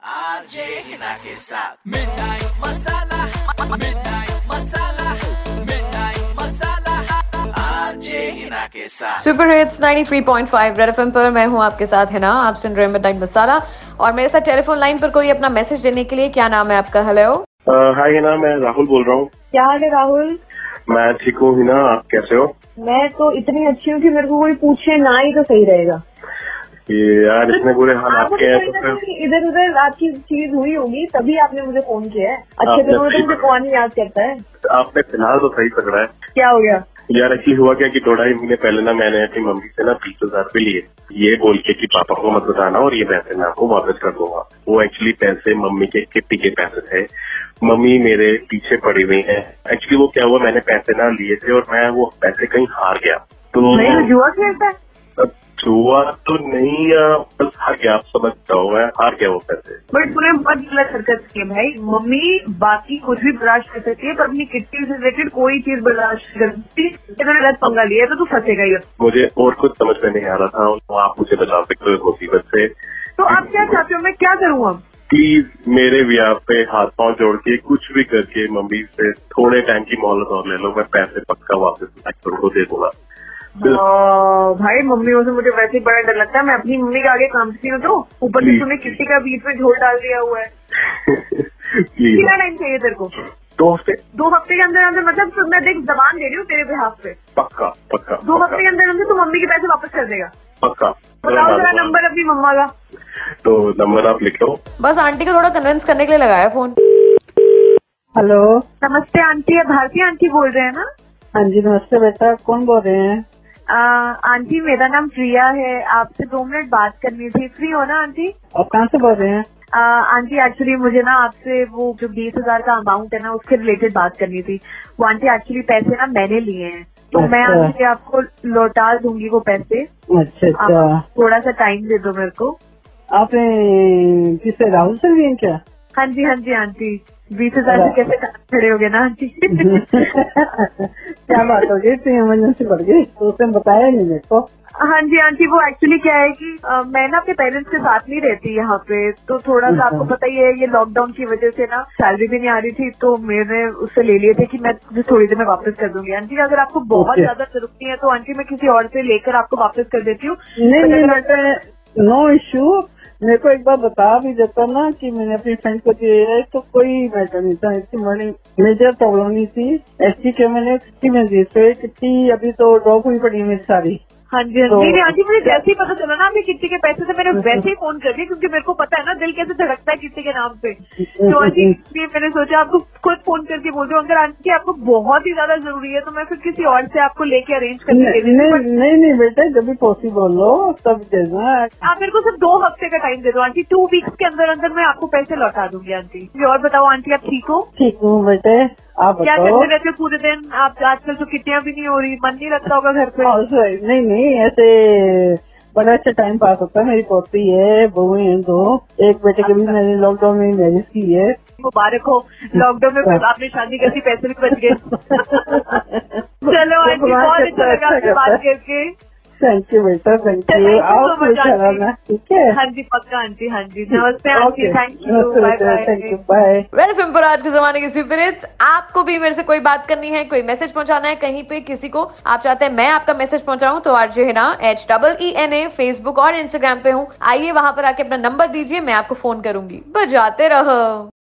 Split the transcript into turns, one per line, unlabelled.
साथ जे हिना के साथ मिठाई मसाला मिठाई मसाला मिठाई मसाला आरजे हिना के साथ
सुपर हिट्स 93.5 रेड एफएम पर मैं हूं आपके साथ है ना आप सुन रहे हैं मिडनाइट मसाला और मेरे साथ टेलीफोन लाइन पर कोई अपना मैसेज देने के लिए क्या नाम है आपका हेलो
अ, हाय हिना मैं राहुल बोल रहा हूँ
क्या हाल है राहुल
मैं ठीक हूँ हिना आप कैसे हो
मैं तो इतनी अच्छी हूँ कि मेरे को कोई पूछे ना ही तो सही रहेगा
हाँ, ये यार इतने बुरे हाल
आपको
आपके हैं तो
तो कहीं ना
फिर
कहीं इधर उधर आपकी चीज हुई होगी तभी आपने मुझे फोन किया है अच्छे
आपने
दिनों में तो
सही
मुझे
पकड़ा।
कौन ही याद करता है
आपने फिलहाल तो सही पकड़ा है
क्या हो गया
यार एक्चुअली हुआ क्या कि दो ढाई महीने पहले ना मैंने अपनी मम्मी से ना बीस हजार रुपए लिए ये बोल के कि पापा को मत बताना और ये पैसे मैं आपको वापस कर दूंगा वो एक्चुअली पैसे मम्मी के किट्टी के पैसे थे मम्मी मेरे पीछे पड़ी हुई है एक्चुअली वो क्या हुआ मैंने पैसे ना लिए थे और मैं वो पैसे कहीं हार गया तो
नहीं तो जुआ खेलता है
अब जुआ तो नहीं अ, बस हार गया आप समझता हो मैं हार गया वो पैसे
बट तूने बहुत गलत हरकत की है भाई मम्मी बाकी कुछ भी बर्दाश्त कर सकती है पर अपनी किट्टी से रिलेटेड कोई चीज बर्दाश्त नहीं कर सकती ये तूने गलत पंगा लिया है, तो तू फंसेगा ही अब।
मुझे और कुछ समझ में नहीं आ रहा था और आप मुझे बचा सकते हो इस मुसीबत से
तो आप क्या चाहते हो मैं क्या करूँ अब
प्लीज मेरे ब्याह पे हाथ पांव जोड़ के कुछ भी करके मम्मी से थोड़े टाइम की मोहलत और ले लो मैं पैसे पक्का वापस एक्टर को दे दूंगा बिल-
आ, हाँ, भाई मम्मी से मुझे वैसे ही बड़ा डर लगता है मैं अपनी मम्मी के आगे काम से तो ऊपर से
जी।
तूने किसी का बीच में झोल डाल दिया हुआ है
प्लीज
कितना टाइम चाहिए तेरे को
दो हफ्ते
दो हफ्ते के अंदर अंदर मतलब तो मैं देख जबान दे रही हूँ तेरे बिहाफ पे
पक्का पक्का
दो
पक्का,
हफ्ते के अंदर अंदर तू मम्मी के पैसे वापस कर देगा
पक्का
बताओ जरा
धन्यवाद।
नंबर अपनी मम्मा का
तो नंबर आप लिख लो
बस आंटी को थोड़ा कन्विंस करने के लिए लगाया फोन
हेलो
नमस्ते आंटी आप भारती आंटी बोल रहे हैं ना
हाँ जी नमस्ते बेटा कौन बोल रहे हैं
आ, आंटी मेरा नाम प्रिया है आपसे दो मिनट बात करनी थी फ्री हो ना आंटी
आप कहाँ से बोल रहे हैं
आ, आंटी एक्चुअली मुझे ना आपसे वो जो बीस हजार का अमाउंट है ना उसके रिलेटेड बात करनी थी वो आंटी एक्चुअली पैसे ना मैंने लिए हैं तो मैं
अच्छा।
आंटी आपको लौटा दूंगी वो पैसे
अच्छा अच्छा
आप थोड़ा सा टाइम दे दो मेरे को
आपने किससे राहुल से लिए हैं क्या
हाँ जी हाँ जी आंटी बीस हजार से
अच्छा।
कैसे खड़े हो गए ना आंटी
हम्म, क्या बात हो गई इतनी इमरजेंसी बढ़ गई तो उसने बताया नहीं मेरे को
हाँ जी आंटी वो एक्चुअली क्या है कि अ, मैं ना अपने पेरेंट्स के साथ नहीं रहती यहाँ पे तो थोड़ा सा आपको पता ही है ये लॉकडाउन की वजह से ना सैलरी भी नहीं आ रही थी तो मैंने उससे ले लिए थे कि मैं तुझे थोड़ी देर में वापस कर दूंगी आंटी अगर आपको बहुत
Okay.
ज्यादा जरूरत नहीं है तो आंटी मैं किसी और से लेकर आपको वापस कर देती हूँ
नहीं नहीं बेटा नो इश्यू मेरे को एक बार बता भी देता ना कि मैंने अपनी फ्रेंड को दिया है तो कोई मैटर नहीं था इसकी बड़ी मेजर प्रॉब्लम नहीं थी एस टी के मैंने कितनी में दी तो ये कितनी अभी तो ड्रॉप हुई पड़ी है मेरी सारी
हाँ जी हाँ जी
तो- हाँ,
नहीं, नहीं, आंटी मुझे जैसे ही पता चला ना आपकी किट्टी के पैसे से मैंने वैसे ही फोन कर दिया क्योंकि मेरे को पता है ना दिल कैसे धड़कता है किट्टी के नाम पे
हम्म,
तो आंटी इसलिए मैंने सोचा आपको खुद फोन करके बोल दूं अगर आंटी आपको बहुत ही ज्यादा जरूरी है तो मैं फिर किसी और से आपको लेके अरेंज करके दे
नहीं
देती हूँ
नहीं- नहीं नहीं बेटा जब भी पॉसिबल हो तब देना
आप मेरे को सिर्फ दो हफ्ते का टाइम दे दो आंटी टू वीक्स के अंदर अंदर मैं आपको पैसे लौटा दूंगी आंटी जी, और बताओ आंटी आप ठीक हो
ठीक हूँ बेटे आप
क्या
बताओ
करते रहते हो पूरे दिन आप आजकल तो किटियां भी नहीं हो रही मन नहीं लगता होगा घर पे
और सही, नहीं नहीं ऐसे बड़ा अच्छा टाइम पास होता है मेरी पोती है बहुएं हैं दो एक बेटे के भी
अच्छा।
मैंने लॉकडाउन में मैरिज की है
मुबारक हो लॉकडाउन में आपने शादी कर दी पैसे भी बच गए चलो आंटी
भगवान
बहुत
से
अच्छा लगा आपसे
तो अच्छा करता
बात
है।
करके
थैंक यू बेटा थैंक
Thank
यू
you
आओ
so
खुश
much, आंटी।
रहना ठीक है
हाँ जी पक्का आंटी हाँ जी नमस्ते आंटी
Okay,
थैंक यू
नमस्ते
बाय
बेटा,
bye
thank you, bye.
Red FM पर आज के जमाने की सुपर हिट्स आपको भी मेरे से कोई बात करनी है कोई मैसेज पहुंचाना है कहीं पे किसी को आप चाहते हैं मैं आपका मैसेज पहुंचाऊं तो आज E जो है ना H double E N A Facebook और इंस्टाग्राम पे हूँ आइए वहां पर आके अपना नंबर दीजिए मैं आपको फोन करूंगी बजाते रहो